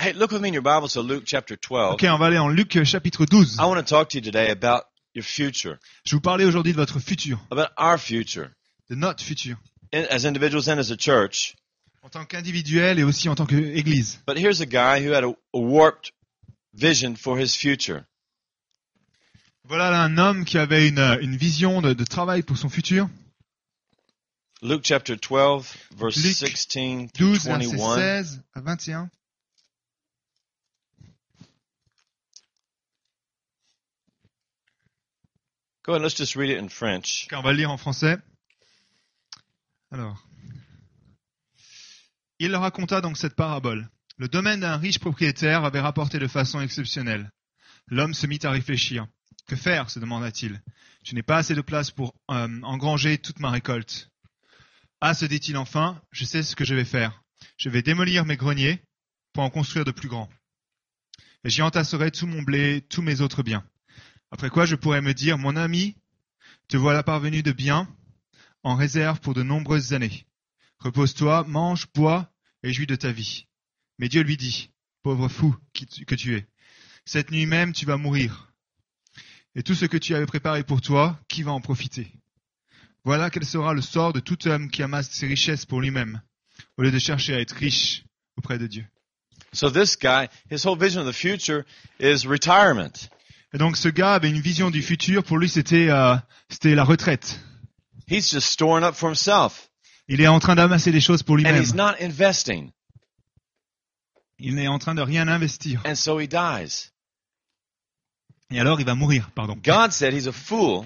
Hey, look with me in your Bible to Luke chapter 12. Ok, on va aller en Luc euh, chapitre 12. I want to talk to you today about your future, Je vais vous parler aujourd'hui de votre futur, about our future de notre futur, in- as individuals and as a church. en tant qu'individuel et aussi en tant qu'Église. But here's a guy who had a, a warped vision for his future. Voilà là, un homme qui avait une, euh, une vision de, de travail pour son futur. Luke chapter 12, verse Luc 16 through 12, verset 21. 16 à 21. Go ahead, let's just read it in French. Ok, on va le lire en français. Alors. Il leur raconta donc cette parabole. Le domaine d'un riche propriétaire avait rapporté de façon exceptionnelle. L'homme se mit à réfléchir. Que faire se demanda-t-il. Je n'ai pas assez de place pour euh, engranger toute ma récolte. Ah, se dit-il enfin, je sais ce que je vais faire. Je vais démolir mes greniers pour en construire de plus grands. Et j'y entasserai tout mon blé, tous mes autres biens. Après quoi je pourrai me dire, mon ami, te voilà parvenu de bien, en réserve pour de nombreuses années. Repose-toi, mange, bois et jouis de ta vie. Mais Dieu lui dit, pauvre fou qui tu- que tu es, cette nuit même tu vas mourir. Et tout ce que tu avais préparé pour toi, qui va en profiter Voilà quel sera le sort de tout homme qui amasse ses richesses pour lui-même, au lieu de chercher à être riche auprès de Dieu. So this guy, his whole vision of the future is retirement. Et donc ce gars avait une vision du futur, pour lui c'était euh, c'était la retraite. He's just storing up for himself, Il est en train d'amasser des choses pour and lui-même. he's not investing, Il n'est en train de rien investir. and so he dies. Et alors il va mourir, pardon. God said he's a fool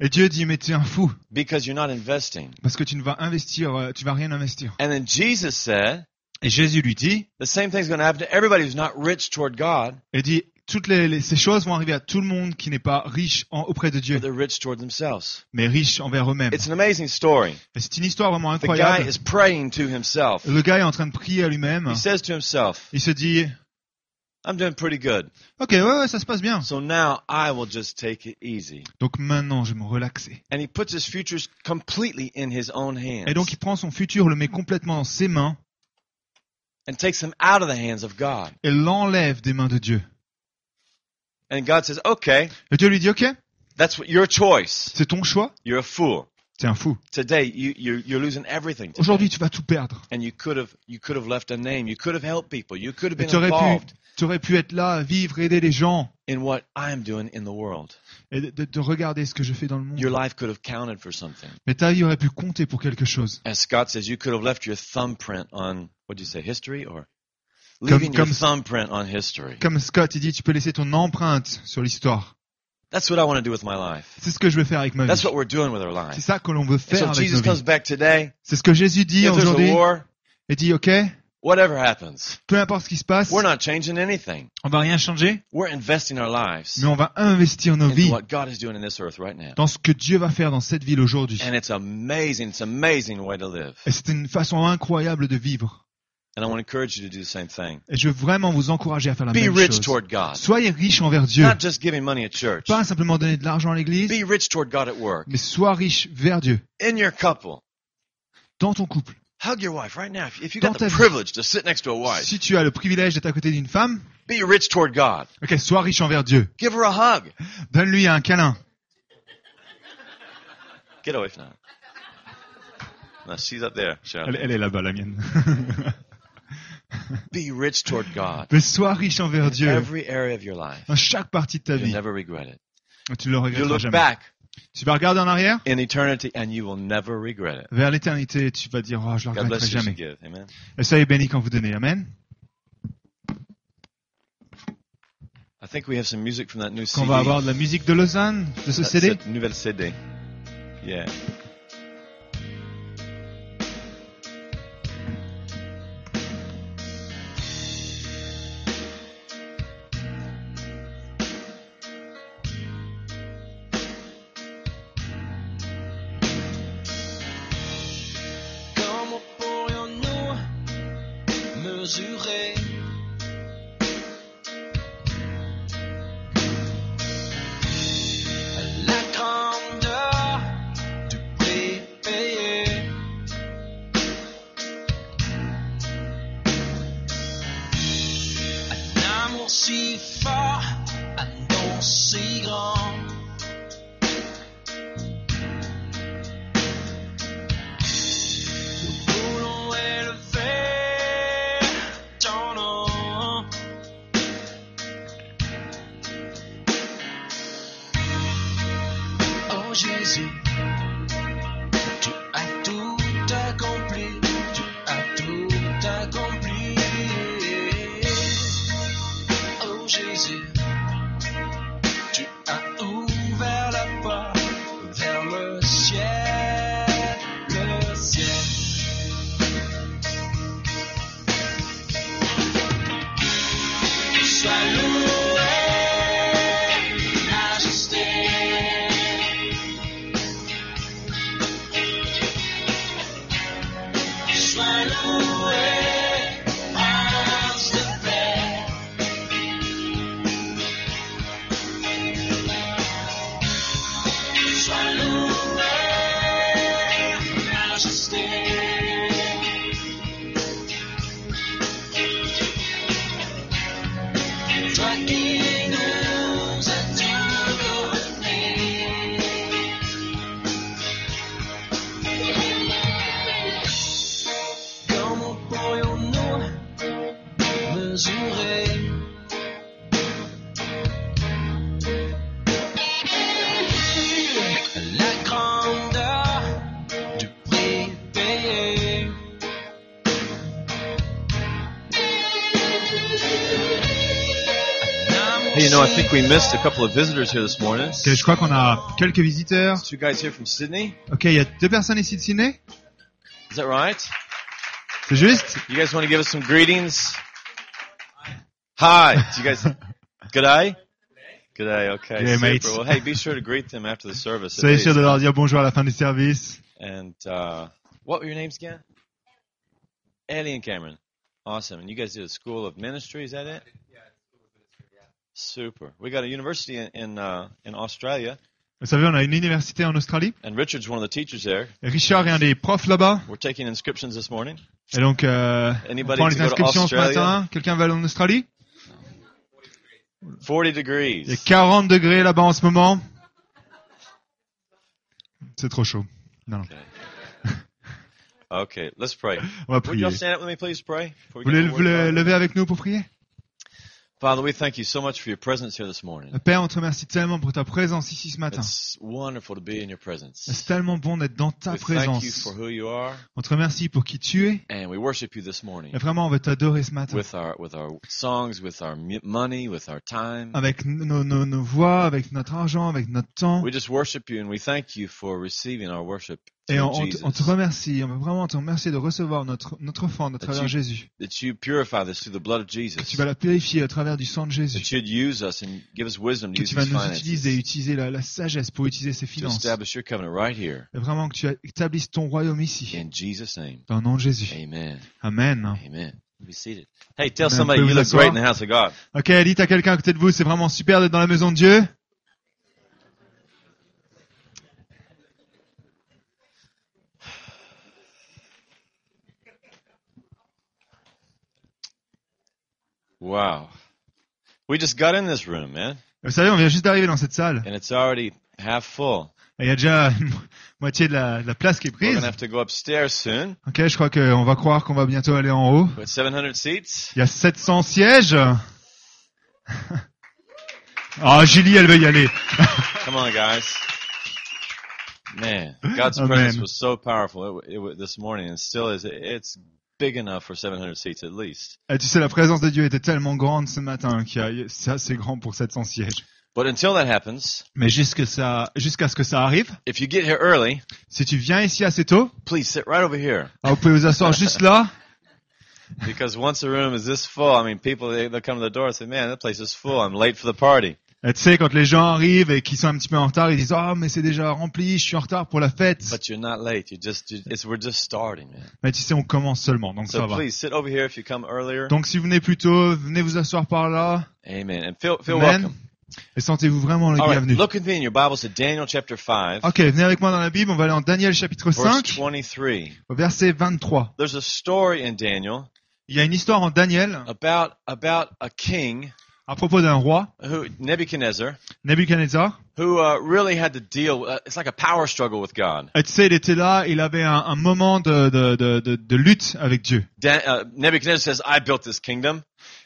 Et Dieu dit, mais tu es un fou, because you're not investing. parce que tu ne vas investir, euh, tu vas rien investir. And then Jesus said Et Jésus lui dit, the same thing's going to happen to everybody who's not rich toward God, et dit, toutes les, les- ces choses vont arriver à tout le monde qui n'est pas riche en- auprès de Dieu, but they're rich toward themselves. mais riche envers eux-mêmes. It's an amazing story. Et C'est une histoire vraiment The guy incroyable. is praying to himself. Le gars est en train de prier à lui-même. He says to himself, Il se dit, I'm doing pretty good. ok, ouais, ouais, ça se passe bien. So now I will just take it easy. Donc maintenant, je vais me relaxer. And he puts his futures completely in his own Et donc, il hands prend son futur, le met complètement dans ses mains and takes them out of the hands of God. et l'enlève des mains de Dieu. And God says, okay, Et Dieu lui dit, ok, that's what, your choice. c'est ton choix, You're a fool. t'es un fou. Today, you, you're, you're losing everything. today. Aujourd'hui, tu vas tout perdre. and you could have you could have left a name. You could have helped people. You could have Et been tu aurais pu, involved tu aurais pu être là, vivre, aider les gens in what I am doing in the world. et de, de- de regarder ce que je fais dans le Your monde. life could have counted for something. Mais ta vie aurait pu compter pour quelque chose. As Scott says, you could have left your thumbprint on what do you say, history or Comme- leaving your comme- thumbprint on history. Comme Scott, il dit, tu peux laisser ton empreinte sur l'histoire. That's what I want to do with my life. C'est ce que je veux faire avec ma That's vie. what we're doing with our C'est life. ça que l'on veut And faire so avec Jesus nos comes vies. back today. C'est ce que Jésus dit If there's aujourd'hui. a war, Et dit, ok, whatever happens, peu importe ce qui se passe, we're not changing anything. on va rien changer, We're investing our lives mais on va investir nos in vies what God is doing in this earth right now. dans ce que Dieu va faire dans cette ville aujourd'hui. And it's amazing. It's an amazing way to live. Et c'est une façon incroyable de vivre. And I want to encourage you to do the same thing. Et je veux vraiment vous encourager à faire la Be même rich chose. toward God. Soyez riche envers Dieu. Not just giving money at church. Pas simplement donner de l'argent à l'église, Be rich toward God at work. mais sois riche vers Dieu, In your couple. dans ton couple. Hug your wife right now. If- If you Dans got ta the vie. privilege to sit next to a wife, Si tu as le privilège d'être à côté d'une femme, be rich toward God. ok, sois riche envers Dieu. Give her a hug. Donne-lui un câlin. Get away from that. Now she's up there. Sharon. Elle, elle est là-bas, la mienne. Be rich toward God. Mais sois riche envers Dieu Every area of your life. dans chaque partie de ta You'll vie. never regret it. Tu ne le You regretteras look jamais. back Tu vas regarder en arrière, in eternity and you will never regret it. vers l'éternité, et tu vas dire, oh, je ne le God regretterai bless you as you give. jamais. Amen. Et soyez bénis quand vous donnez. Amen. I think we have some music from that new Qu'on CD. va avoir de la musique de Lausanne, de ce That- CD. cette nouvelle CD. Yeah. Comment pourrions-nous mesurer la grandeur du nom si fort, un nom si grand. Nous voulons élever ton nom. Oh Jésus, tu as tout accompli, tu as tout accompli. Oh Jésus, tu as ouvert la porte vers le ciel, le ciel. Sois loué, majesté. Sois loué, prince de paix. Sois loué, majesté. Toi qui nous as tout donné. Comment pourrions-nous mesurer la grandeur du prix payé? Hey, you know, I think we missed a couple of visitors here this morning. Ok, je crois qu'on a quelques visiteurs. Two guys here from Sydney. Ok, il y a deux personnes ici de Sydney. Is that right? C'est juste. You guys want to give us some greetings? Hi. Do you guys? Good day. Good day. Okay. Yeah, super. mate. Well, hey, be sure to greet them after the service. at Soyez least. sûr de leur dire bonjour à la fin du service. And uh, what were your names again? Ellie and Cameron. Awesome. And you guys did a school of ministry, is that it? Super. We got a university in in, uh, in Australia, Vous savez, on a une université en Australie. and Richard's one of the teachers there. Et Richard est un des profs là-bas. We're taking inscriptions this morning. Et donc, euh, on Anybody prend to les go to inscriptions ce Australia? matin. Quelqu'un va aller en Australie Forty Il y a degrees. 40 degrés là-bas en ce moment. C'est trop chaud. Non, non. Okay, let's pray. On va Would prier. y'all stand up with me, please? Pray. before we Vous get voulez to vous the le- Word of God? lever avec nous pour prier Father, we thank you so much for your presence here this morning. Père, on te remercie tellement pour ta présence ici ce matin. It's wonderful to be in your presence. C'est tellement bon d'être dans ta We thank you présence. for who you are, On te remercie pour qui tu es. and we worship you this morning. Et vraiment, on veut t'adorer ce matin. with our with our songs, with our mu- money, with our time. Avec nos, nos, nos voix, avec notre argent, avec notre temps. We just worship you and we thank you for receiving our worship Et through on, on te- Jesus. on te remercie. On veut vraiment te remercier de recevoir notre, notre offrande à travers Jésus. that you purify this through the blood of Que Jesus. tu vas la purifier à travers du sang de Jésus. That you'd use us and give us wisdom to que use tu vas these nous utiliser, finances utiliser la, la sagesse pour utiliser ces to finances. establish your covenant right here Et vraiment que tu établisses ton royaume ici. in Jesus' name. Dans le nom de Jésus. Amen. Amen. Amen. Be seated. Hey, tell Amen. somebody Pouvez-vous you look vous great asseoir? in the house of God. Ok, dites à quelqu'un à côté de vous, c'est vraiment super d'être dans la maison de Dieu. Wow. We just got in this room, man, Vous savez, on vient juste d'arriver dans cette salle. and it's already half full. Et il y a déjà une mo- moitié de la, de la place qui est We're prise. gonna have to go upstairs soon. Ok, je crois qu'on va croire qu'on va bientôt aller en haut. With 700 seats. Il y a 700 sièges. Ah, Julie, elle veut y aller. Come on, guys. Man, God's Amen. presence was so powerful it, it, wa- this morning, and still is. It's big enough for 700 seats at least. Et Ah, tu sais, la présence de Dieu était tellement grande ce matin qu'il y a, c'est assez grand pour 700 sièges. But until that happens, Mais jusque ça, jusqu'à ce que ça arrive, if you get here early, si tu viens ici assez tôt, please sit right over here ah, vous pouvez vous asseoir juste là. because once a room is this full, I mean, people they, they'll come to the door and say, "Man, that place is full. I'm late for the party." Et tu sais, quand les gens arrivent et qu'ils sont un petit peu en retard, ils disent ah mais c'est déjà rempli, je suis en retard pour la fête. But you're not late. You just you, it's we're just starting, man. Mais tu sais, on commence seulement, donc ça So va. please sit over here if you come earlier. Donc si vous venez plus tôt, venez vous asseoir par là. Amen. And feel feel Amen. welcome. Et sentez-vous vraiment le All right, bienvenu. look with me in your Bibles to Daniel chapter five, Ok, venez avec moi dans la Bible, on va aller en Daniel chapitre verse 5, twenty-three. au verset 23. There's a story in Daniel Il y a une histoire en Daniel about about a king à propos d'un roi, who Nebuchadnezzar, Nebuchadnezzar, who uh, really had to deal. Uh, it's like a power struggle with God. euh, tu sais, il était là, il avait un, un moment de, de, de, de, de lutte avec Dieu. Dan, uh, Nebuchadnezzar says, "I built this kingdom,"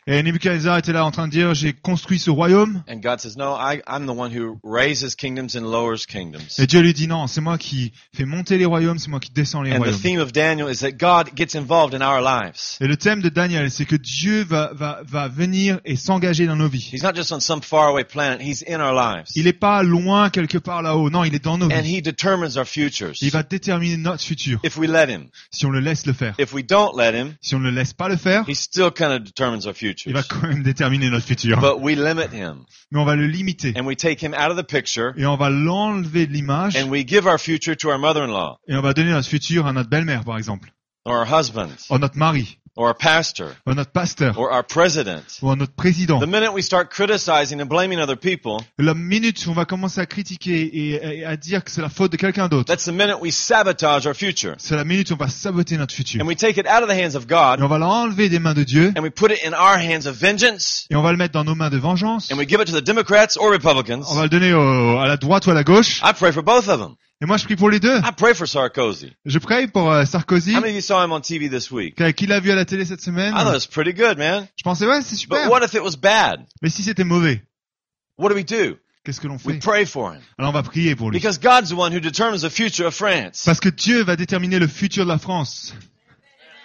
Et Nebuchadnezzar était là en train de dire, j'ai construit ce royaume. and God says, "No, I, I'm the one who raises kingdoms and lowers kingdoms." Et Dieu lui dit, non, c'est moi qui fais monter les royaumes, c'est moi qui descends les And the royaumes. theme of Daniel is that God gets involved in our lives. Et le thème de Daniel, c'est que Dieu va, va, va venir et s'engager dans nos vies. He's not just on some faraway planet. He's in our lives. Il n'est pas loin quelque part là-haut, non, il est dans nos And vies. he determines our futures. Il va déterminer notre futur If we let him. si on le laisse le faire. If we don't let him, Si on ne le laisse pas le faire, he still kind of determines our il va futures. quand même déterminer notre futur. But we limit him. Mais on va le limiter And we take him out of the picture. et on va l'enlever de l'image And we give our future to our mother-in-law. et on va donner notre futur à notre belle-mère, par exemple, Or our husband. ou à notre mari, Or our pastor. ou à notre pasteur, Or our president. ou à notre président. The minute we start criticizing and blaming other people, La minute où on va commencer à critiquer et, et à dire que c'est la faute de quelqu'un d'autre, that's the minute we sabotage our future. c'est la minute où on va saboter notre futur. And we take it out of the hands of God. Et on va l'enlever des mains de Dieu And we put it in our hands of vengeance. et on va le mettre dans nos mains de vengeance. and we give it to the Democrats or Republicans. On va le donner au- à la droite ou à la gauche. I pray for both of them. Et moi, je prie pour les deux. I pray for Sarkozy. Je prie pour euh, Sarkozy, How many of you saw him on TV this week? que- qui l'a vu à la télé cette semaine. I thought it was pretty good, man. Je pensais, ouais, c'est But super. what if it was bad? Mais si c'était mauvais, What do we do? qu'est-ce que l'on We fait pray for him. Alors on va prier pour lui. Because God's the one who determines the future of France. Parce que Dieu va déterminer le futur de la France.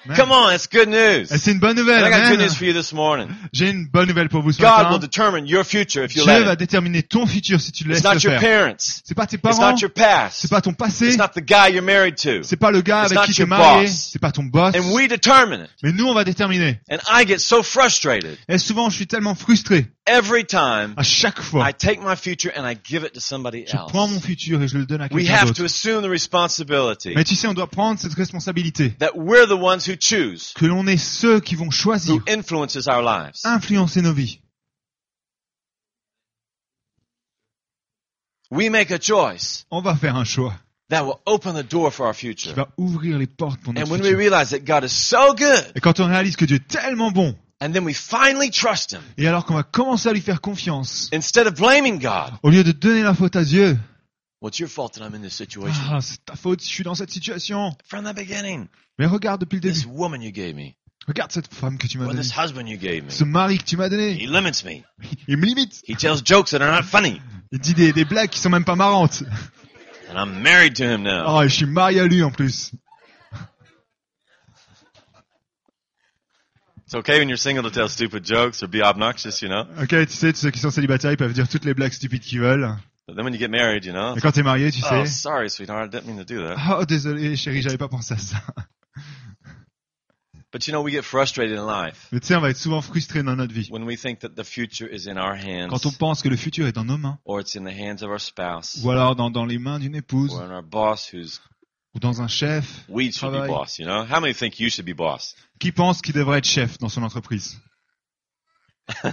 Amen. Come on, it's good news. Et c'est une bonne And nouvelle. I got good amen. news for you this morning. J'ai une bonne nouvelle pour vous ce God will matin. determine your future if you Dieu let va him. déterminer ton futur si tu le It's laisses le not your faire. parents. C'est pas tes It's parents, not your past. c'est pas ton passé, It's not the guy you're married to. c'est pas le gars It's avec not qui tu es your marié, boss. c'est pas ton boss. And we determine it. Mais nous, on va déterminer. And I get so frustrated Et souvent, je suis tellement frustré every time à chaque fois. I take my future and I give it to somebody Je prends mon else. futur et je le donne à We quelqu'un have to d'autre. assume the responsibility Mais tu sais, on doit prendre cette responsabilité. that we're the ones who choose Que l'on est ceux qui vont who choisir, influences our lives. influencer nos vies. We make a choice On va faire un choix that will open the door for our qui future. va ouvrir les portes pour And notre when we futur. realize that God is so good Et quand on réalise que Dieu est tellement bon, and then we finally trust him et alors qu'on va commencer à lui faire confiance, instead of blaming God, au lieu de donner la faute à Dieu, well, it's your fault that I'm in this situation. ah, c'est ta faute, si je suis dans cette situation. From the beginning, Mais regarde depuis le this début. woman you gave me, Regarde cette femme que tu m'as or this donnée. husband you gave me, Ce mari que tu m'as he donné. limits me. Il me limite. He tells jokes that are not funny. Il dit des, des blagues qui sont même pas marrantes. And I'm married to him now. Oh, et je suis marié à lui en plus. It's okay when you're single to tell stupid jokes or be obnoxious, you know? Ok, tu sais, ceux qui sont célibataires, ils peuvent dire toutes les blagues stupides qu'ils veulent. But then when you get married, you know? Et quand t'es marié, tu Oh, sais. sorry, sweetheart. I didn't mean to do that. Oh, désolé, chérie, j'avais pas pensé à ça. But you know, we get frustrated in life Mais tu sais, on va être souvent frustré dans notre vie. when we think that the future is in our Quand on hands, pense que le futur est dans nos mains, or it's in the hands of our spouse, ou alors dans, dans les mains d'une épouse, or in our boss who's, ou dans un chef. we should be Travail. boss, you know? How many think you should be boss? Qui pense qu'il devrait être chef dans son entreprise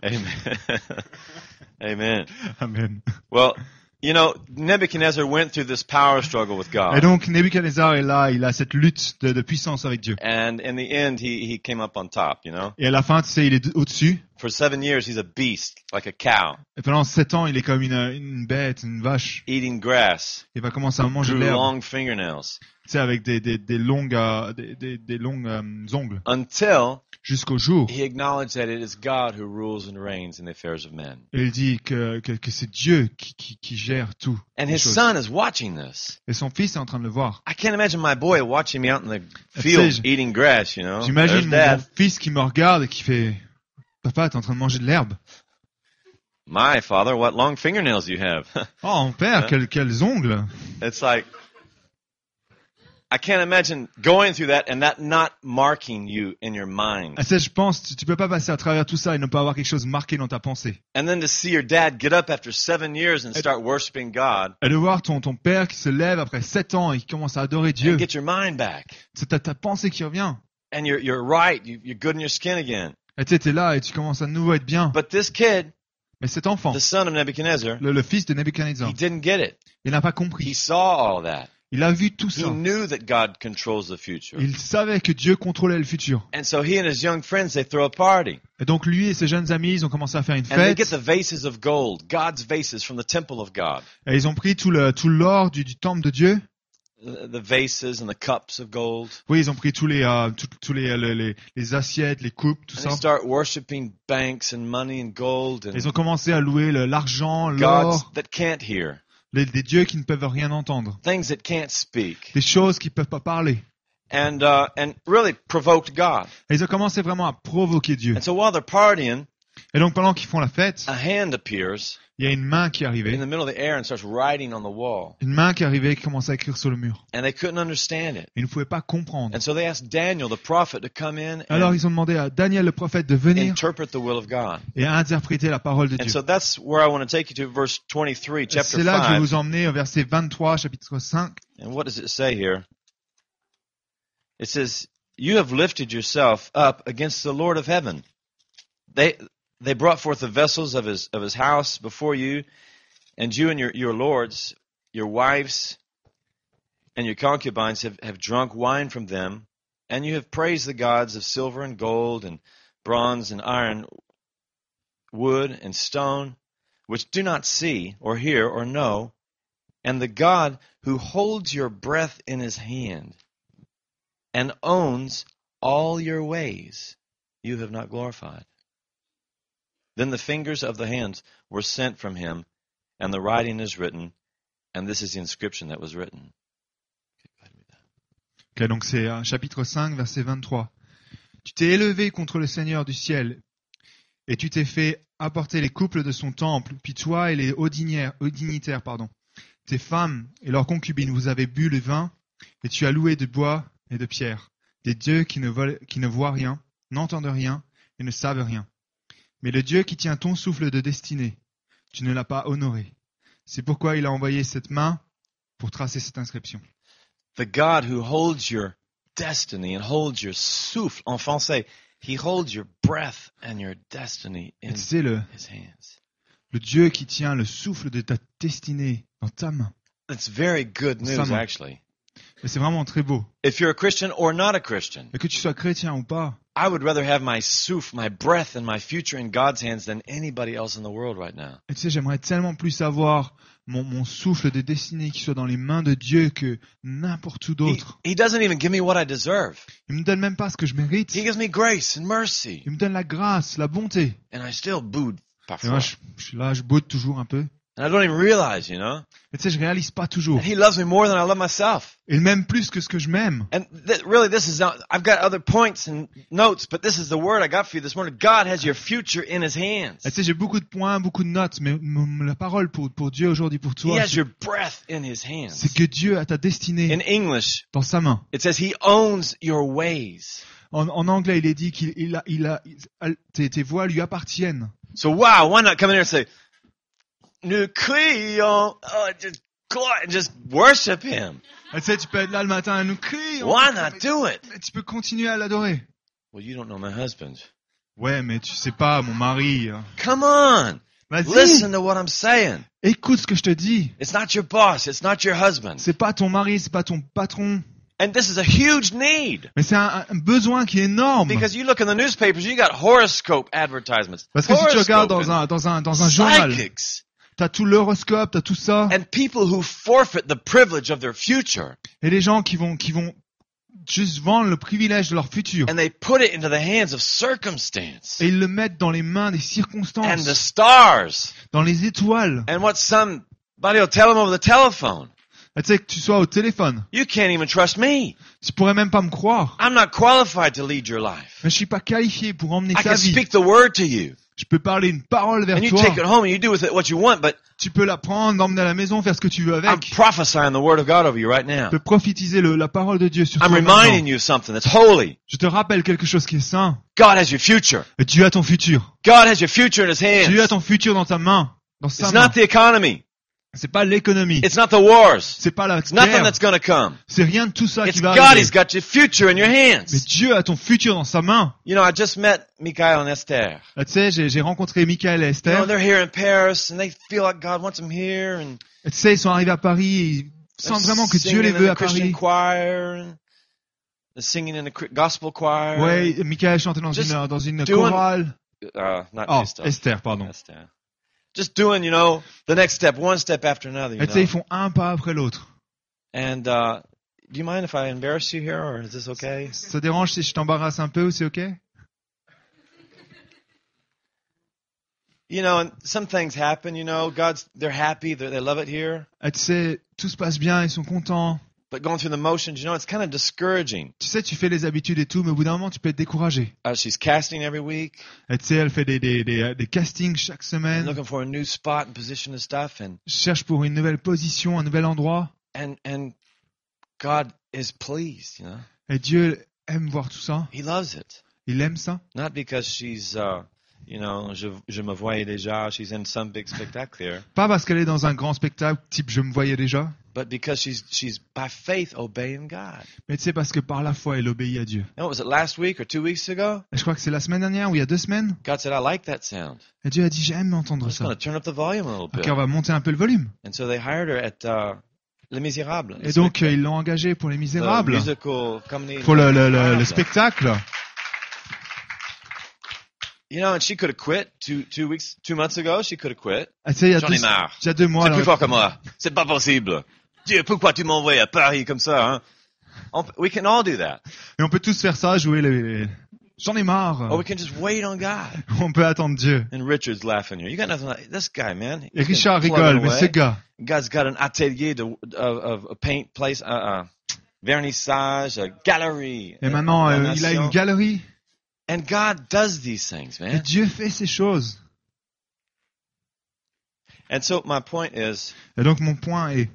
Amen. Amen. Amen. Well, you know, Nebuchadnezzar went through this power struggle with Et God. donc, Nebuchadnezzar est là, il a cette lutte de, de puissance avec Dieu. And in the end, he, he came up on top, you know? Et à la fin, tu sais, il est au-dessus. For seven years, he's a beast, like a cow, Et pendant sept ans, il est comme une, une bête, une vache. eating grass, Il va commencer à manger de grew l'herbe, long fingernails, tu sais, avec des, des, des longues, euh, des, des, des longues euh, ongles, until jusqu'au jour. He acknowledged that it is God who rules and reigns in the affairs of men. Et il dit que, que, que c'est Dieu qui, qui, qui gère tout. And les his choses. son is watching this. Et son fils est en train de le voir. I can't imagine my boy watching me out in the Tu field sais, je- eating grass, you know. Oh, There's J'imagine mon, dad. mon fils qui me regarde et qui fait « Papa, t'es en train de manger de l'herbe My father, what long fingernails you have. Oh, mon père, Hein? quels, quels ongles it's like I can't imagine going through that and that not marking you in your !» Ah, mind. ça, je pense, tu, tu peux pas passer à travers tout ça et ne pas avoir quelque chose marqué dans ta pensée. And then to see your dad get up after seven years and start worshiping God Et de voir ton, ton père qui se lève après sept ans et qui commence à adorer Dieu, and get your mind back. c'est ta, ta pensée qui revient. And you're you're right, you, you're good in your skin again. Et tu sais, t'es là et tu commences à de nouveau à être bien. But this kid, Mais cet enfant, the son of Nebuchadnezzar, le, le fils de he Nebuchadnezzar, didn't get it. il n'a pas He compris. saw all that. Il a vu tout He ça. knew that God controls the future. Il savait que Dieu contrôlait le futur. And so he and his young friends, they throw a party. Et donc lui et ses jeunes amis, ils ont commencé à faire une And they get fête. the vases of gold, God's vases from the temple of God. Et ils ont pris tout le tout l'or du, du temple de Dieu. The the vases and the cups of gold. Oui, ils ont pris tous les euh, tout- tous les, les, les- les assiettes, les coupes, tout And they ça. start worshiping banks and money and gold Ils and ont commencé à louer le- l'argent, gods l'or, that can't hear, les- des dieux qui ne peuvent rien entendre, things that can't speak. des choses qui ne peuvent pas parler. And, uh, and really provoked God. Et ils ont commencé vraiment à provoquer Dieu. And so while they're partying, Et donc pendant qu'ils font la fête, a hand appears il y a Ah. une main qui est in arrivée, the middle of the air and starts writing on the wall. une main qui est arrivée et qui commence à écrire sur le mur. And they couldn't understand it. Et Ils ne pouvaient pas comprendre. And so they asked Daniel, the prophet, to come in Alors and ils ont demandé à Daniel le prophète de venir interpret the will of God. et à interpréter la parole de And Dieu. so that's where I want to take you to verse 23, chapter C'est là que je vais 5. vous emmener au verset 23, chapitre 5. And what does it say here? It says, "You have lifted yourself up against the Lord of heaven." They they brought forth the vessels of his of his house before you, and you and your your lords, your wives, and your concubines have have drunk wine from them, and you have praised the gods of silver and gold and bronze and iron, wood and stone, which do not see or hear or know, and the God who holds your breath in his hand and owns all your ways you have not glorified. Then the fingers of the hands were sent from him, and the writing is written, and this is the inscription that was written. Ok, donc c'est euh, chapitre 5, verset 23. Tu t'es élevé contre le Seigneur du ciel, et tu t'es fait apporter les couples de son temple, puis toi et les hauts dignaires- hauts dignitaires, pardon, tes femmes et leurs concubines, vous avez bu le vin, et tu as loué de bois et de pierre, des dieux qui ne, volent- qui ne voient rien, n'entendent rien et ne savent rien. Mais le Dieu qui tient ton souffle de destinée, tu ne l'as pas honoré. C'est pourquoi il a envoyé cette main pour tracer cette inscription. The God who holds your destiny and holds your souffle, en français, he holds your breath and your destiny Et in tu sais, le, his hands. le Dieu qui tient le souffle de ta destinée dans ta main. That's very good news, Someone- actually. Et c'est vraiment très beau. If you're a Christian or not a Christian, Et que tu sois chrétien ou pas, I would rather have my soof, my breath, and my future in God's hands than anybody else in the world right now. et tu sais, j'aimerais tellement plus avoir mon, mon souffle de destinée qui soit dans les mains de Dieu que n'importe où He, d'autre. he doesn't even give me what I deserve. Il me donne même pas ce que je mérite. He gives me grace and mercy, Il me donne la grâce, la bonté. and I still booed Et moi, parfois. je, je suis là, je botte toujours un peu. And I don't even realize, you know. Et tu sais, je réalise pas toujours. And he loves me more than I love myself. Il m'aime plus que ce que je m'aime. And th- really, this is not, I've got other points and notes, but this is the word I got for you this morning. God has your future in His hands. Et tu sais, j'ai beaucoup de points, beaucoup de notes, mais m- la parole pour, pour Dieu aujourd'hui, pour He toi, has c'est your breath in His c'est hands. que Dieu a ta destinée In English, dans sa main. it says He owns your ways. En, en anglais, il est dit qu'il il a, il a, il- tes, tes voix lui appartiennent. So wow, why not come in here and say, "Nous crions, oh, just glor- just worship Him. Et tu sais, tu peux être là le matin et nous crier. Why not do it?" Mais tu peux continuer à l'adorer. Well, you don't know my husband. Ouais, mais tu sais pas, mon mari. euh, Come on, Vas-y, listen to what I'm saying. écoute ce que je te dis. It's not your boss. It's not your husband. C'est pas ton mari, c'est pas ton patron. And this is a huge need Mais c'est un, un besoin qui est énorme. because you look in the newspapers, you got horoscope advertisements, Parce que si tu regardes dans Horoscope un, dans un, dans un and journal, psychics, t'as tout l'horoscope, t'as tout ça. and people who forfeit the privilege of their future Et les gens qui vont, qui vont juste vendre le privilège de leur futur. and they put it into the hands of circumstance Et ils le mettent dans les mains des and the circonstances, stars. dans les étoiles. and what somebody will tell them over the telephone. Tu sais, que tu sois au téléphone. You can't even trust me. Tu pourrais même pas me croire. I'm not qualified to lead your life. Mais je suis pas qualifié pour emmener I ta can vie. speak the word to you, Je peux parler une parole vers and you toi. take it home and you do with it what you want. But Tu peux la prendre, l'emmener à la maison, faire ce que tu veux I'm avec. prophesying the word of God over you right now. Je peux prophétiser le- la parole de Dieu sur toi. I'm reminding maintenant. you of something that's holy. Je te rappelle quelque chose qui est saint. God has your future. Et Dieu a ton futur. God has your future in His Dieu a hands. ton futur dans ta main, dans sa It's main. not the economy. C'est pas l'économie. It's not the wars. C'est pas la It's nothing guerre. that's going to come. C'est rien de tout ça It's qui va God. arriver. He's got your future in your Mais hands. Dieu a ton futur dans sa main. You know, I just met Mikhail and Esther. Ah, tu sais, j'ai j'ai rencontré Michael et You know, Esther. they're here in Paris, and they feel like God wants them here, and Et Tu sais, ils sont arrivés à Paris. et Ils They're sentent vraiment que Dieu les singing in veut the à Christian Paris. choir and they're singing in the cr- gospel choir. Ouais, Michael chantait dans Just une, dans une doing- chorale. uh, not Oh, new stuff. Esther, pardon. Esther. Just doing, you know, the next step, one step after another. You Et tu sais, ils know? font un pas après l'autre. And uh, do you mind if I embarrass you here, or is this okay? Ça te dérange si je t'embarrasse un peu ou c'est ok You know, and some things happen. You know, God's they're happy, they're, they love it here, Et Tu sais, tout se passe bien, ils sont contents. but going through the motions, you know, it's kind of discouraging. Tu sais, tu fais les habitudes et tout, mais au bout d'un moment, tu peux être découragé. Uh, she's casting every week, Et tu sais, elle fait des, des, des, des castings chaque semaine, looking for a new spot and position and stuff, and cherche pour une nouvelle position, un nouvel endroit. and and God is pleased. You know, Et Dieu aime voir tout ça. He loves it, Il aime ça. not because she's. Uh, you know, je, je me voyais déjà, she's in some big spectacle here, Pas parce qu'elle est dans un grand spectacle, type je me voyais déjà, but because she's she's by faith obeying God. mais tu sais, parce que par la foi, elle obéit à Dieu. And what was it last week or two weeks ago? Et je crois que c'est la semaine dernière ou il y a deux semaines, God said, I like that sound. et Dieu a dit j'aime I'm entendre just going ça. to turn up the volume a little Donc bit. on va monter un peu le volume. And so they hired her at uh, Les Misérables. Et donc euh, ils l'ont engagée pour les the Misérables, musical company. Ah. pour le, le- le- le spectacle. You know, and she could have quit two two weeks, two months ago. She could have quit. Et tu sais, Ah, il y a J'en deux, ai marre. il y a deux mois, C'est plus alors- fort que moi. C'est pas possible. Dieu, pourquoi tu m'envoies à Paris comme ça? Hein? On- we can all do that, et on peut tous faire ça, jouer les. J'en ai or marre. we can just wait on God. On peut attendre Dieu. And Richard's laughing here. You got nothing like this guy, man. Et You can Richard plug rigole, it mais away. ce gars, God's got an atelier to, of, of a paint place, uh, uh, vernissage, a gallery. et maintenant la euh, il a nation. Hein une galerie. And God does these things, Et man. Dieu fait ces choses. And so my point is, Et donc mon point est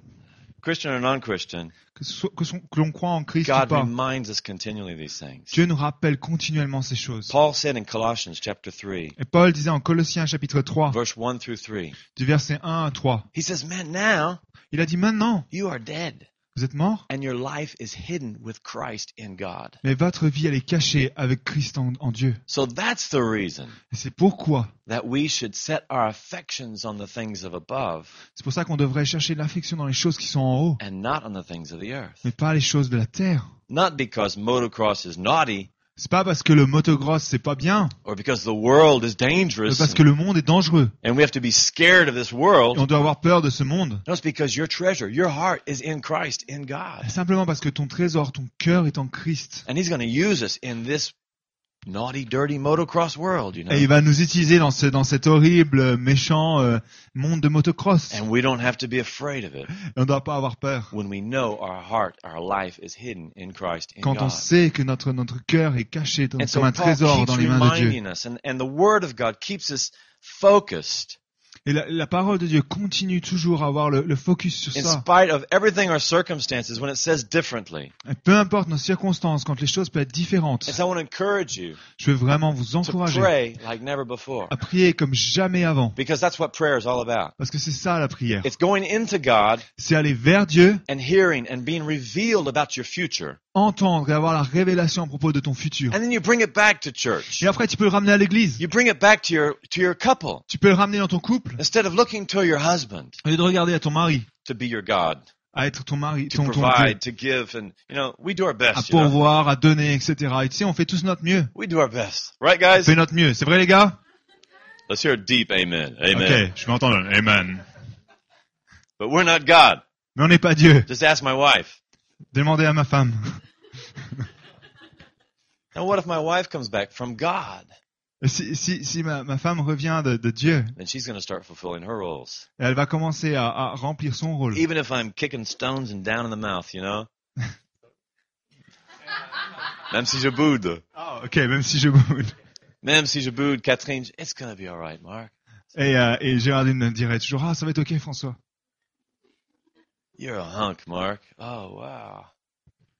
Christian or non-Christian, que ce soit- que son- que l'on croit en Christ ou God pas, reminds us continually of these things. Dieu nous rappelle continuellement ces choses. Paul said in Colossians chapter 3, Et Paul disait en Colossiens chapitre 3, verse 1 through 3, du verset 1 à 3, he says, man, now il a dit maintenant, you are dead vous êtes morts, and your life is hidden with Christ in God. mais votre vie elle est cachée avec Christ en, en Dieu. So that's the reason Et c'est pourquoi, that we should set our affections on the things of above c'est pour ça qu'on devrait chercher de l'affection dans les choses qui sont en haut, and not on the things of the earth. mais pas les choses de la terre. Not because motocross is naughty C'est pas parce que le motocross c'est pas bien, or because the world is mais dangerous parce que le monde est dangereux. and we have to be scared of this Et world. on doit avoir peur de ce monde. No, it's because your treasure, your heart is in Christ, in God. Simplement parce que ton trésor, ton cœur est en Christ. And He's going to use us in this naughty, dirty motocross world, you know. Et il va nous utiliser dans, ce, dans cet horrible, euh, méchant euh, monde de motocross. Et And we don't have to be afraid of it on ne doit pas avoir peur. when we know our heart, our life is hidden in Christ, in Quand on God. sait que notre, notre cœur est caché dans- And so comme un Paul trésor keeps dans les mains de Dieu. reminding us, and, and the Word of God keeps us focused Et la, la parole de Dieu continue toujours à avoir le, le focus sur in ça. spite of everything our circumstances when it says differently. Et peu importe nos circonstances, quand les choses peuvent être différentes, And so I want to encourage you je veux vraiment vous to encourager pray like never before à prier comme jamais avant. because that's what prayer is all about. Parce que c'est ça la prière. It's going into God C'est aller vers Dieu, and hearing and being revealed about your future. entendre et avoir la révélation à propos de ton futur. And then you bring it back to church. Et après, tu peux le ramener à l'église. You bring it back to your to your couple Tu peux le ramener dans ton couple. instead of looking to your husband Au lieu de regarder à ton mari, to be your God, à être ton mari, to ton, ton Dieu, provide, to give, and you know we do our à best. You know? pourvoir, à donner, etc. Et tu sais, on fait tous notre mieux. We do our best, right, On guys? fait notre mieux. C'est vrai, les gars Let's hear a deep amen, amen. Ok, je m'entends. Amen. But we're not God. Mais on n'est pas Dieu. Just ask my wife. Demandez à ma femme. Now, what if my wife comes back from God? Si, si, si ma, ma femme revient de, de Dieu, Then she's going to start fulfilling her roles, elle va commencer à, à remplir son rôle. even if I'm kicking stones and down in the mouth. You know. Même si je boude. Ah, ok, même si je boude. Même si je boude, Catherine, it's gonna be all right, Mark. Et, euh, et Géraldine me dirait toujours, ah, ça va être ok, François. You're a hunk, Mark. Oh wow.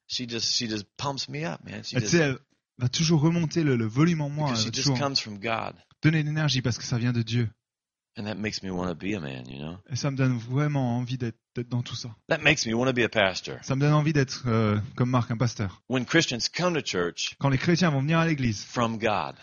She just she just pumps me up, man. She Et Tu just sais, elle va toujours remonter le, le volume en moi, because she elle va just toujours comes from God, donner de l'énergie parce que ça vient de Dieu. and that makes me want to be a man. You know, Et ça me donne vraiment envie d'être d'être dans tout ça. that makes me want to be a pastor. Ça me donne envie d'être euh, comme Marc, un pasteur. When Christians come to church Quand les chrétiens vont venir à l'église from God,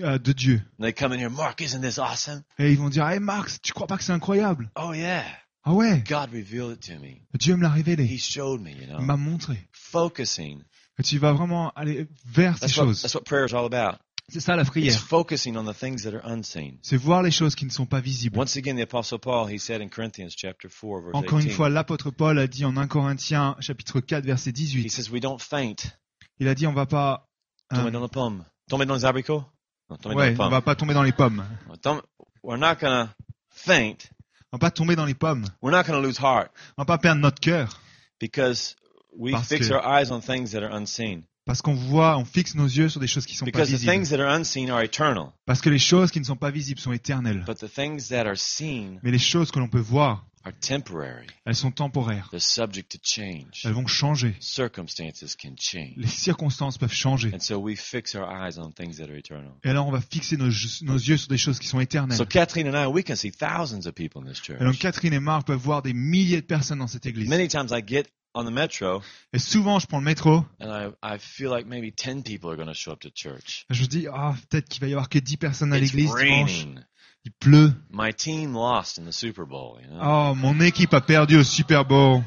euh, de Dieu and they come in here, Mark, isn't this awesome? et ils vont dire Hey Marc, tu crois pas que c'est incroyable Oh yeah, Ah ouais, God revealed it to me. Dieu me l'a révélé, He showed me. You il know, m'a montré. focusing. Et tu vas vraiment aller vers ces That's what choses. that's what prayer is all about. C'est ça la It's prière. focusing on the things that are unseen. C'est voir les choses qui ne sont pas visibles. Once again, the Apostle Paul, he said in Corinthians chapter 4, verse Encore une 18, fois, l'apôtre Paul a dit en 1 Corinthiens chapitre 4 verset he 18, says, we don't faint. il a dit on va pas Tomber hein, dans la pomme. Tomber dans les abricots? Non, tomber Ah. ouais, dans on la va pas tomber dans les pommes. pomme. Tom- We're not going to faint. On va pas tomber dans les pommes. We're not going to lose heart On va pas perdre notre cœur because we Parce fix que- our eyes on things that are unseen. parce qu'on voit, on fixe nos yeux sur des choses qui sont pas Because the visibles things that are unseen are eternal, parce que les choses qui ne sont pas visibles sont éternelles. but the things that are seen Mais les choses que l'on peut voir, are temporary. elles sont temporaires. They're subject to change. Elles vont changer. Circumstances can change. Les circonstances peuvent changer. And so we fix our eyes on things that are eternal. Et alors on va fixer nos, nos yeux sur des choses qui sont éternelles. So Kathleen and I, we can see thousands of people in this church. Et donc Catherine et Marc peuvent voir des milliers de personnes dans cette église. Many times I get on the metro Et souvent, je prends le métro, and I, I feel like maybe 10 people are going to show up to church. je me dis, ah, peut-être qu'il va y avoir que 10 personnes à It's l'église dimanche. raining. Il pleut. My team lost in the Super Bowl. You know? Oh, mon équipe a perdu au Super Bowl.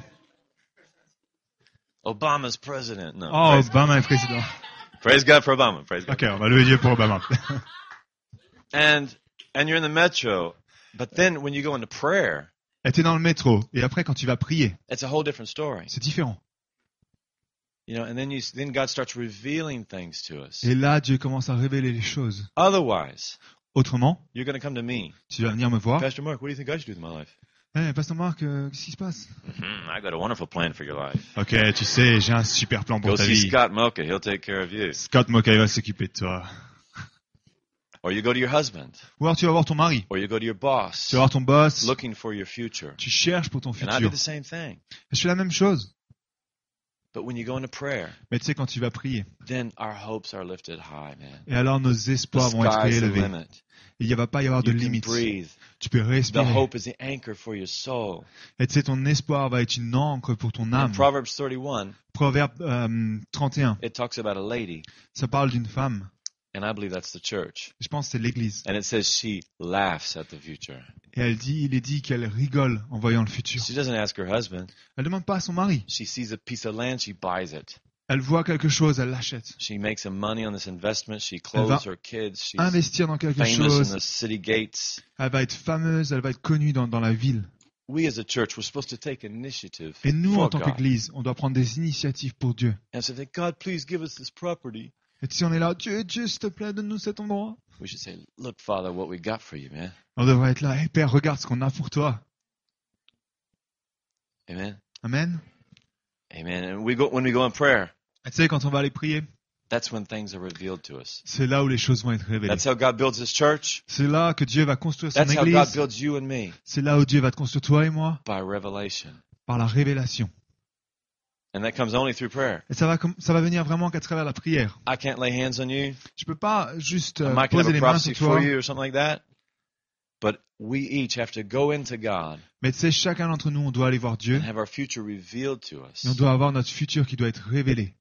Obama's president. No, Oh, praise, Obama est président. praise God for Obama. Praise God. Ok, on va lever les yeux pour Obama. And and you're in the metro, but then when you go into prayer, Et t'es dans le métro. Et après, quand tu vas prier, it's a whole different story. c'est différent. You know, and then you then God starts revealing things to us. Et là, Dieu commence à révéler les choses. Otherwise, Autrement, you're going to come to me, tu vas venir me voir. Pastor Mark. What do you think I should do with my life? Eh, Pasteur Marc, euh, qu'est-ce qui se passe? hmm I got a wonderful plan for your life. Ok, tu sais, j'ai un super plan Go pour ta see vie. Scott Mocha. He'll take care of you. Scott Mokai va s'occuper de toi. Or you go to your husband. Ou alors tu vas voir ton mari. Or you go to your boss. Tu vas voir ton boss. Looking for your future. Tu cherches pour ton And I do futur. the same thing. Je fais la même chose. But when you go into prayer, Mais tu sais, quand tu vas prier, then our hopes are lifted high, man. Et alors nos The espoirs vont être sky's the élevés. limit. Il ne va pas y avoir de You can limite. breathe. Tu peux The respirer. hope is the anchor for your soul. Et tu sais, ton espoir va être une encre pour ton In âme. Proverbs 31, Proverbe euh, 31, it talks about a lady, ça parle d'une femme. and I believe that's the church. Je pense que c'est l'Église. And it says she laughs at the future. Et elle dit, il est dit qu'elle rigole en voyant le futur. She doesn't ask her husband. Elle demande pas à son mari. She sees a piece of land, she buys it. Elle voit quelque chose, elle l'achète. She makes some money on this investment. She Elle va clothes her kids. She's Investir dans quelque famous in chose, the city gates. elle va être fameuse, elle va être connue dans, dans la ville. We as a church, we're supposed to take initiative Et nous, en for tant God. qu'Église, on doit prendre des initiatives pour Dieu. And so that God, please give us this property. Et si on est là, Dieu, Dieu, s'il te plaît, donne-nous cet endroit. We should say, look, Father, what we got for you, man. On devrait être là, hé Père, regarde ce qu'on a pour toi. Amen. Amen. Amen. And we go when we go in prayer, Et tu sais, quand on va aller prier, that's when things are revealed to us. c'est là où les choses vont être révélées. That's how God builds his church. C'est là que Dieu va construire son That's how God église. builds you and me C'est là où Dieu va te construire toi et moi by revelation. par la révélation. And that comes only through prayer. Et ça va, com- ça va venir vraiment qu'à travers la prière. I can't lay hands on you. Je peux pas juste I euh, might poser have a les mains sur prophecy for toi, you or something like that. But we each have to go into God mais tu sais, chacun d'entre nous, on doit aller voir Dieu and have our future revealed to us. et on doit avoir notre futur qui doit être révélé.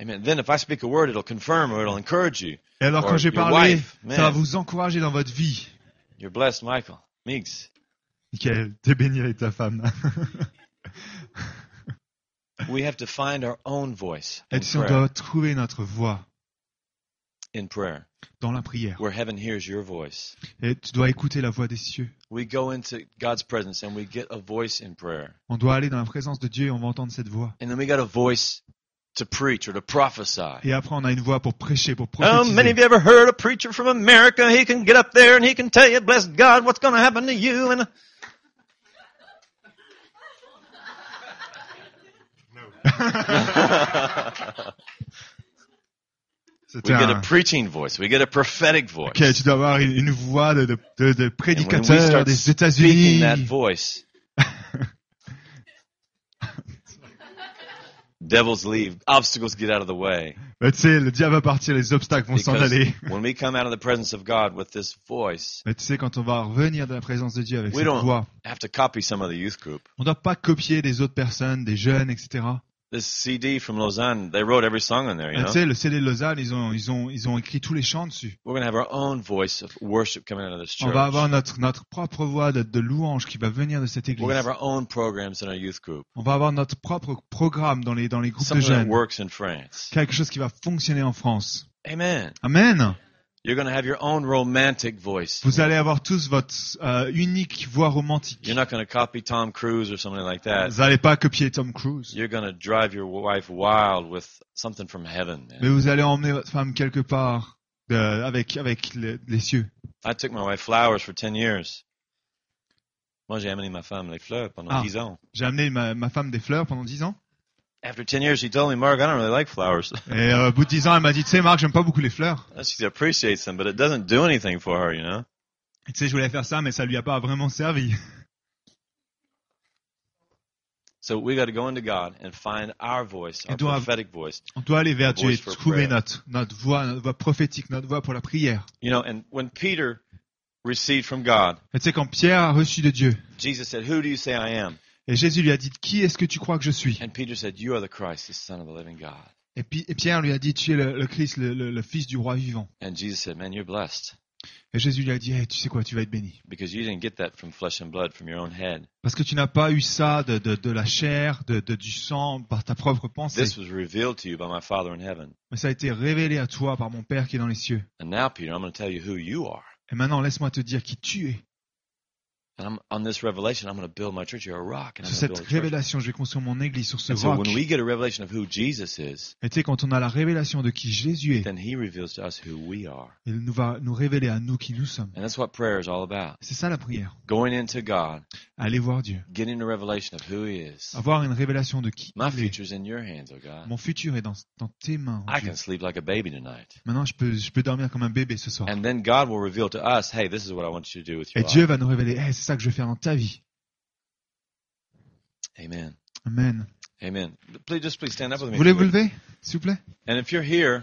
Amen. Then if I speak a word, it'll confirm or it'll encourage you. Et alors Or quand j'ai your parlé, wife, man. ça va vous encourager dans votre vie. You're blessed, Michael. Meeks. Michael, t'es béni avec ta femme. We have to find our own voice Et in si on prayer, doit trouver notre voix in prayer, dans la prière. where heaven hears your voice. Et tu dois écouter la voix des cieux. We go into God's presence and we get a voice in prayer. On doit aller dans la présence de Dieu et on va entendre cette voix. And then we got a voice to preach or to prophesy. Et après, on a une voix pour prêcher, pour How Um, many prophétiser. of you ever heard a preacher from America? He can get up there and he can tell you, bless God, what's going to happen to you. And we uh, C'était get un... a preaching voice. We get a prophetic voice. Ok, tu dois avoir une, une voix de, de, de- And de when we prédicateur start des speaking États-Unis. that voice, devils leave, obstacles get out of the way. Bah, tu sais, le diable va partir, les obstacles vont s'en Because aller. when we come out of the presence of God with this voice, Mais tu sais, quand on va revenir de la présence de Dieu avec We cette don't- voix, have to copy some of the youth group. on ne doit pas copier des autres personnes, des jeunes, etc. This CD from Lausanne, they wrote every song on there, you Bah, know. Tu sais, le CD de Lausanne, ils ont, ils, ont, ils ont écrit tous les chants dessus. We're going to have our own voice of worship coming out of this On church. va We're avoir notre, notre propre voix de, de louange qui va venir de cette église. going to have our own programs in our youth group. On va avoir notre propre programme dans les, dans les groupes de Something that jeunes. works in France. Quelque chose qui va fonctionner en France. Amen. Amen. You're going to have your own romantic voice. Vous allez avoir tous votre euh, unique voix romantique. You're not going to copy Tom Cruise or something like that. Vous n'allez pas copier Tom Cruise, You're going to drive your wife wild with something from heaven. man. mais vous allez emmener votre femme quelque part de- avec avec les, les cieux. I took my wife flowers for 10 years. Moi, j'ai amené ma femme les fleurs pendant Ah. 10 ans. J'ai amené ma, ma femme des fleurs pendant dix ans, After 10 years, she told me, Mark, I don't really like flowers. et euh, au bout de dix ans, elle m'a dit, tu sais, Marc, j'aime pas beaucoup les fleurs. she appreciates them, but it doesn't do anything for her, you know? Et Tu sais, je voulais faire ça, mais ça lui a pas vraiment servi. So we got to go into God and find our voice, our Et doit- prophetic voice. On doit aller vers Dieu et Voice for trouver prayer. notre notre voix, notre voix prophétique, notre voix pour la prière. You know, and when Peter received from God, Et tu sais, quand Pierre a reçu de Dieu, Jesus said, Who do you say I am? et Jésus lui a dit, qui est-ce que tu crois que je suis And Peter said, You are the Christ, the Son of the living God. et, puis- et Pierre lui a dit, tu es le, le Christ, le, le- le Fils du roi vivant. And Jesus said, Man, you're blessed Et Jésus lui a dit, Hey, tu sais quoi, tu vas être béni. because you didn't get that from flesh and blood, from your own head. Parce que tu n'as pas eu ça de, de, de la chair, de, de- du sang, par ta propre pensée. This was revealed to you by my Father in heaven. Mais ça a été révélé à toi par mon Père qui est dans les cieux. And now, Peter, I'm going to tell you who you are. Et maintenant, laisse-moi te dire qui tu es. And I'm, on this revelation, I'm going to build my church. You're a rock, and I'm Sur going to build cette a church. révélation, je vais construire mon église sur ce And so roc. when we get a revelation of who Jesus is, Et tu sais, quand on a la révélation de qui Jésus est, then He reveals to us who we are. il nous va nous révéler à nous qui nous sommes. And that's what prayer is all about. C'est ça la prière. Going into God, Aller voir Dieu. getting a revelation of who He is. Avoir une révélation de qui My il est. future's in your hands, oh God. Mon futur est dans, dans tes mains. I Dieu. can sleep like a baby tonight. Maintenant, je peux, je peux dormir comme un bébé ce soir. And then God will reveal to us, hey, this is what I want you to do with Et your Dieu life. va nous révéler, Hey, c'est ça que je vais faire dans ta vie. Amen. Amen. Amen. Please just please stand up with me. if you Voulez-vous would. lever, s'il vous plaît And if you're here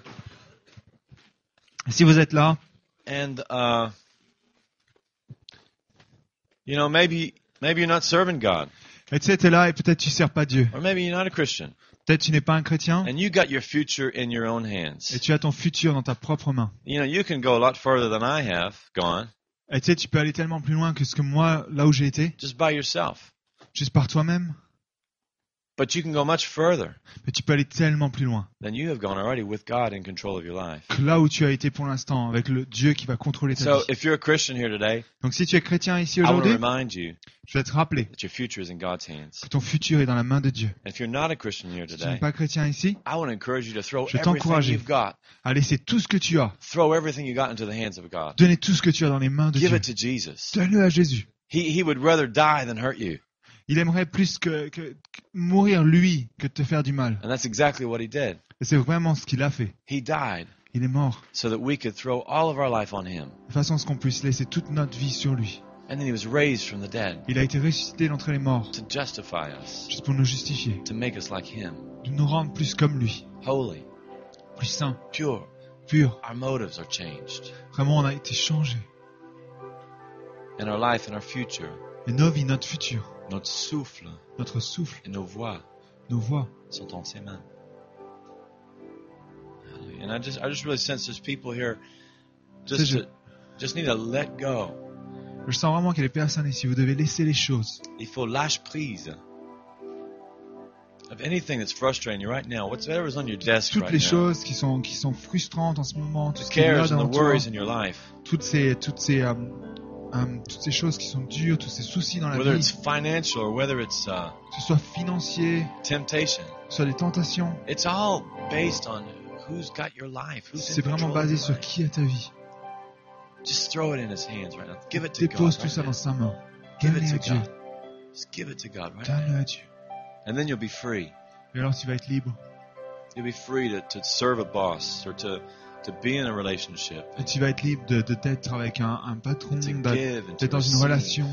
Si vous êtes là, and uh you know, maybe maybe you're not serving God, et tu sais, t'es là et peut-être tu sers pas Dieu. or maybe you're not a Christian, Peut-être tu n'es pas un chrétien and you got your future in your own et hands. tu as ton futur dans ta propre main. You know, you can go a lot further than I have gone Et tu sais, tu peux aller tellement plus loin que ce que moi, là où j'ai été, just by yourself. juste par toi-même, But you can go much further mais tu peux aller tellement plus loin than you have gone already with God in control of your life. que là où tu as été pour l'instant, avec le Dieu qui va contrôler ta So vie. if you're a Christian here today, Donc si tu es chrétien ici I want to aujourd'hui, remind you je vais te rappeler that your future is in God's hands. que ton futur est dans la main de Dieu. And if you're not a Christian here Si tu n'es today, pas chrétien ici, I want to encourage you to throw Je vais everything t'encourager. you've got, à laisser tout ce que tu as, throw everything you got into the hands of God. donner tout ce que tu as dans les mains de Give Dieu. it to Jesus. Donne-le à Jésus. He, he would rather die than hurt you. Il aimerait plus que, que- que mourir lui que de te faire du mal. And that's exactly what he did. Et c'est vraiment ce qu'il a fait. He died Il est mort. so that we could throw all of our life on him. de façon à ce qu'on puisse laisser toute notre vie sur lui. And then he was raised from the dead Il a été ressuscité d'entre les morts, to justify us, juste pour nous justifier, to make us like him, de nous rendre plus comme lui, holy, plus saints, pure. purs. Our motives are changed, Vraiment, on a été changés. and our life and our future, Et nos vies, notre futur, notre souffle notre souffle, et nos voix nos voix. sont en ses mains. Hallelujah. And I just, I just really sense there's people here just, je- to, just need to let go. Je sens vraiment qu'il y a des personnes ici, vous devez laisser les choses. Il faut lâcher prise of anything that's frustrating you right now, whatever's on your desk Toutes right les now, choses qui sont, qui sont frustrantes en ce moment, tout the ce qui est là cares and the dans toi, worries in your life, toutes ces, toutes ces, euh, euh, toutes ces choses qui sont dures, tous ces soucis dans la whether it's vie, financial or whether it's uh, que ce soit financier, temptation, que ce soit les tentations, it's all based on who's got your life. Who's in c'est vraiment control of basé your sur life. qui a ta vie. Just throw it in His hands right now. Give it to Dépose God. right tout ça now. dans sa main. Give it Donne-le to à Dieu. God. Just give it to God right now. Donne-le à Dieu. And then you'll be free. Et alors tu vas être libre. You'll be free to, to serve a boss or to, to be in a relationship, Et tu vas être libre de, de d'être avec un, un patron, to d'a- give and to d'être Mm, dans une receive. relation,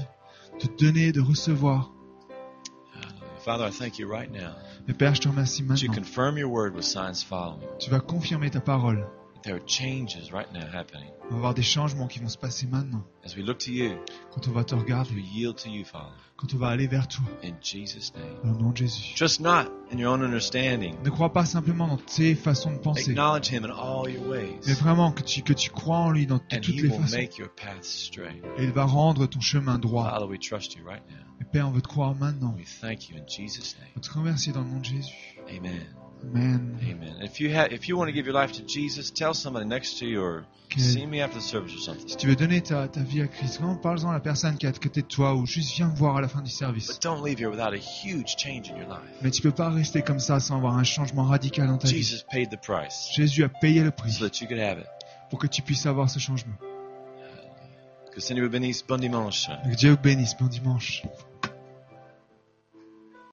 de donner, de recevoir. Hallelujah. Father, I thank you right now. Et Père, je te remercie That you maintenant. confirm your word with signs following. Tu vas confirmer ta parole. There are changes right now happening On va avoir des changements qui vont se passer maintenant. as we look to you, Quand on va te as we regarder, yield to you, Father, quand on va aller vers toi. in Jesus' name. Au nom de Jésus. Trust not in your own understanding. Ne crois pas simplement dans tes façons de penser. Acknowledge Him in all your Mais ways, vraiment que tu, que tu crois en lui dans, de and toutes He les will façons. make your path straight. Et il va rendre ton chemin droit. Father, we trust you right now. Et Père, on veut te croire maintenant. We thank you in Jesus' name. On te remercie dans le nom de Jésus. Amen. Amen. Amen. If you have, if you want to give your life to Jesus, tell somebody next to you or Que- see me after the service or something. si tu veux donner ta, ta vie à Christ, vraiment parle-en à la personne qui est à côté de toi ou juste viens me voir à la fin du service. But don't leave here without a huge change in your life. Mais tu peux pas rester comme ça sans avoir un changement radical dans ta vie. Jesus paid the price Jésus a payé le so prix that you could have it. pour que tu puisses avoir ce changement. Que Seigneur bénisse, bon dimanche. Que Dieu vous bénisse. Bon dimanche.